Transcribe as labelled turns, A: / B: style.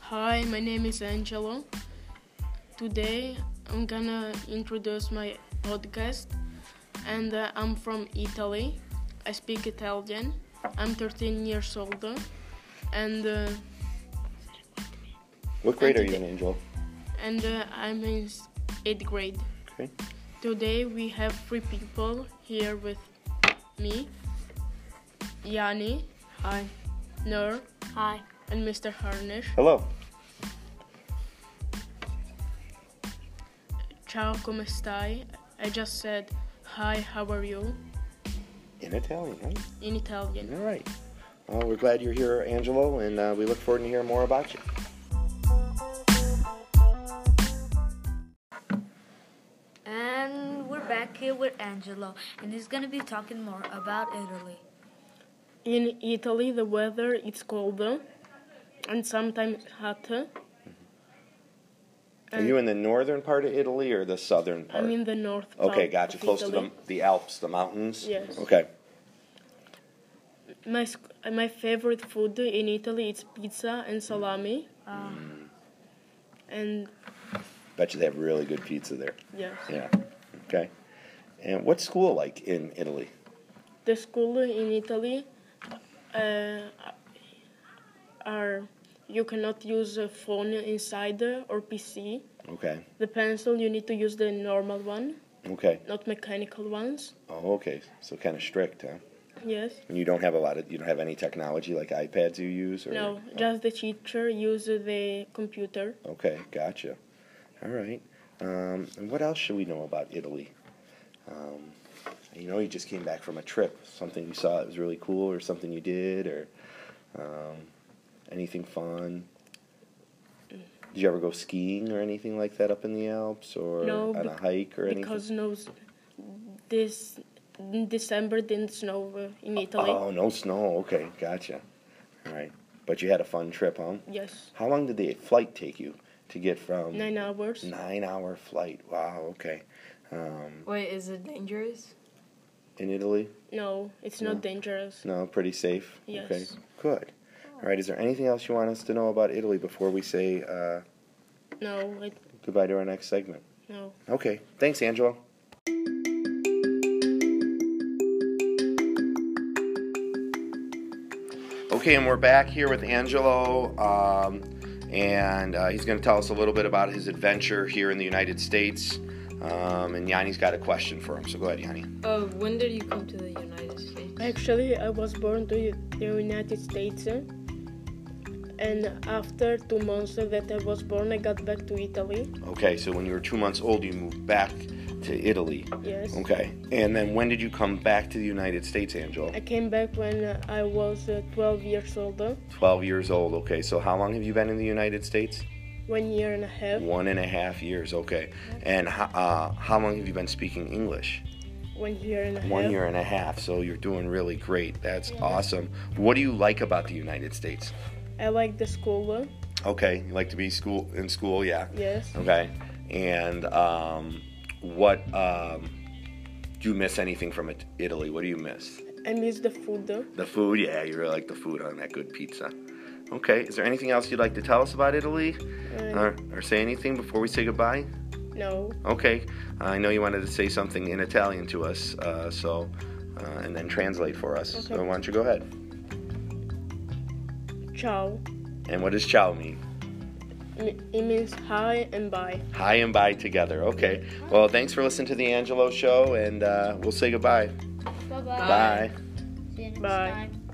A: Hi, my name is Angelo. Today I'm gonna introduce my podcast, and uh, I'm from Italy. I speak Italian. I'm 13 years old, and uh,
B: What grade
A: And
B: are you in,
A: today-
B: Angel?
A: and uh, I'm in s- eighth grade.
B: Okay.
A: Today we have three people here with me: Yani, hi, Nur,
C: Hi.
A: and Mr. Harnish.
B: Hello.
A: Ciao, come stai? I just said, Hi, how are you?
B: In Italian, right?
A: in Italian.
B: All right. Well, we're glad you're here, Angelo, and uh, we look forward to hearing more about you.
C: And we're back here with Angelo, and he's gonna be talking more about Italy.
A: In Italy, the weather is colder and sometimes hotter.
B: Are you in the northern part of Italy or the southern
A: Uh, I
B: part?
A: mean the north. Part
B: okay, gotcha.
A: of
B: Close
A: Italy.
B: to the, the Alps, the mountains?
A: Yes.
B: Okay.
A: My sc- my favorite food in Italy is pizza and salami.
B: Mm.
A: And
B: Bet you they have really good pizza there.
A: yes,
B: Yeah. Okay. And what's school like in Italy?
A: the school in Italy uh, are you cannot use a phone inside or PC.
B: Okay.
A: The pencil you need to use the normal one,
B: Okay.
A: not mechanical ones.
B: Oh, okay. So kind of strict, huh?
A: Yes.
B: And you don't have a lot of, you don't have any technology like iPads you use? Or, uh,
A: No, just the teacher use the computer.
B: Okay, gotcha. All right. Um, and what else should we know about Italy? Um, you know, you just came back from a trip. Something you saw that was really cool, or something you did, or um, anything fun. Did you ever go skiing or anything like that up in the Alps, or
A: No,
B: on a
A: bec-
B: hike or anything?
A: Because no, s- this in December didn't snow uh, in Italy.
B: oh, no snow. Okay, gotcha. All right, but you had a fun trip, huh?
A: Yes,
B: How long did the flight take you to get from
A: nine hours.
B: nine-hour flight? Wow. Okay. Um,
D: Wait, is it dangerous?
B: in Italy?
A: No, it's
B: No.
A: not dangerous.
B: No, pretty safe. Okay,
A: Yes.
B: good. All right, is there anything else you want us to know about Italy before we say uh,
A: No, it,
B: goodbye to our next segment?
A: no.
B: Okay, thanks, Angelo. Okay, and we're back here with Angelo, um, and uh, he's going to tell us a little bit about his adventure here in the United States. Um, and Yanni's got a question for him, so go ahead, Yanni.
D: Uh, when did you come to the United States?
A: Actually, I was born to U- the United States, uh, and after two months that I was born, I got back to Italy.
B: Okay, so when you were two months old, you moved back to Italy.
A: Yes.
B: Okay. And then when did you come back to the United States, Angel?
A: I came back when uh, I was uh, 12 years old, uh,
B: 12 years old. Okay. So how long have you been in the United States?
A: one year and a half,
B: One and a half years. Okay. And ho- uh, how long have you been speaking English?
A: one year and a half.
B: One year and a half. So you're doing really great. That's awesome. What do you like about the United States?
A: I like the school. uh,
B: Okay. You like to be school in school? Yeah.
A: Yes.
B: Okay. And um, what um, do you miss anything from it- Italy? What do you miss?
A: I miss the food. uh,
B: The food, yeah, you really like the food on that good pizza. Okay, is there anything else you'd like to tell us about Italy
A: Mm.
B: or, or say anything before we say goodbye?
A: No,
B: Okay, I know you wanted to say something in Italian to us, uh, so uh, and then translate for us. So
A: Okay.
B: why don't you go ahead?
A: ciao.
B: And what does ciao mean?
A: M- It means hi and bye.
B: Hi and bye together. Okay, well, thanks for listening to the Angelo Show, and uh, we'll say goodbye.
C: Bye-bye.
B: Bye.
C: See you next
A: Bye.
C: time.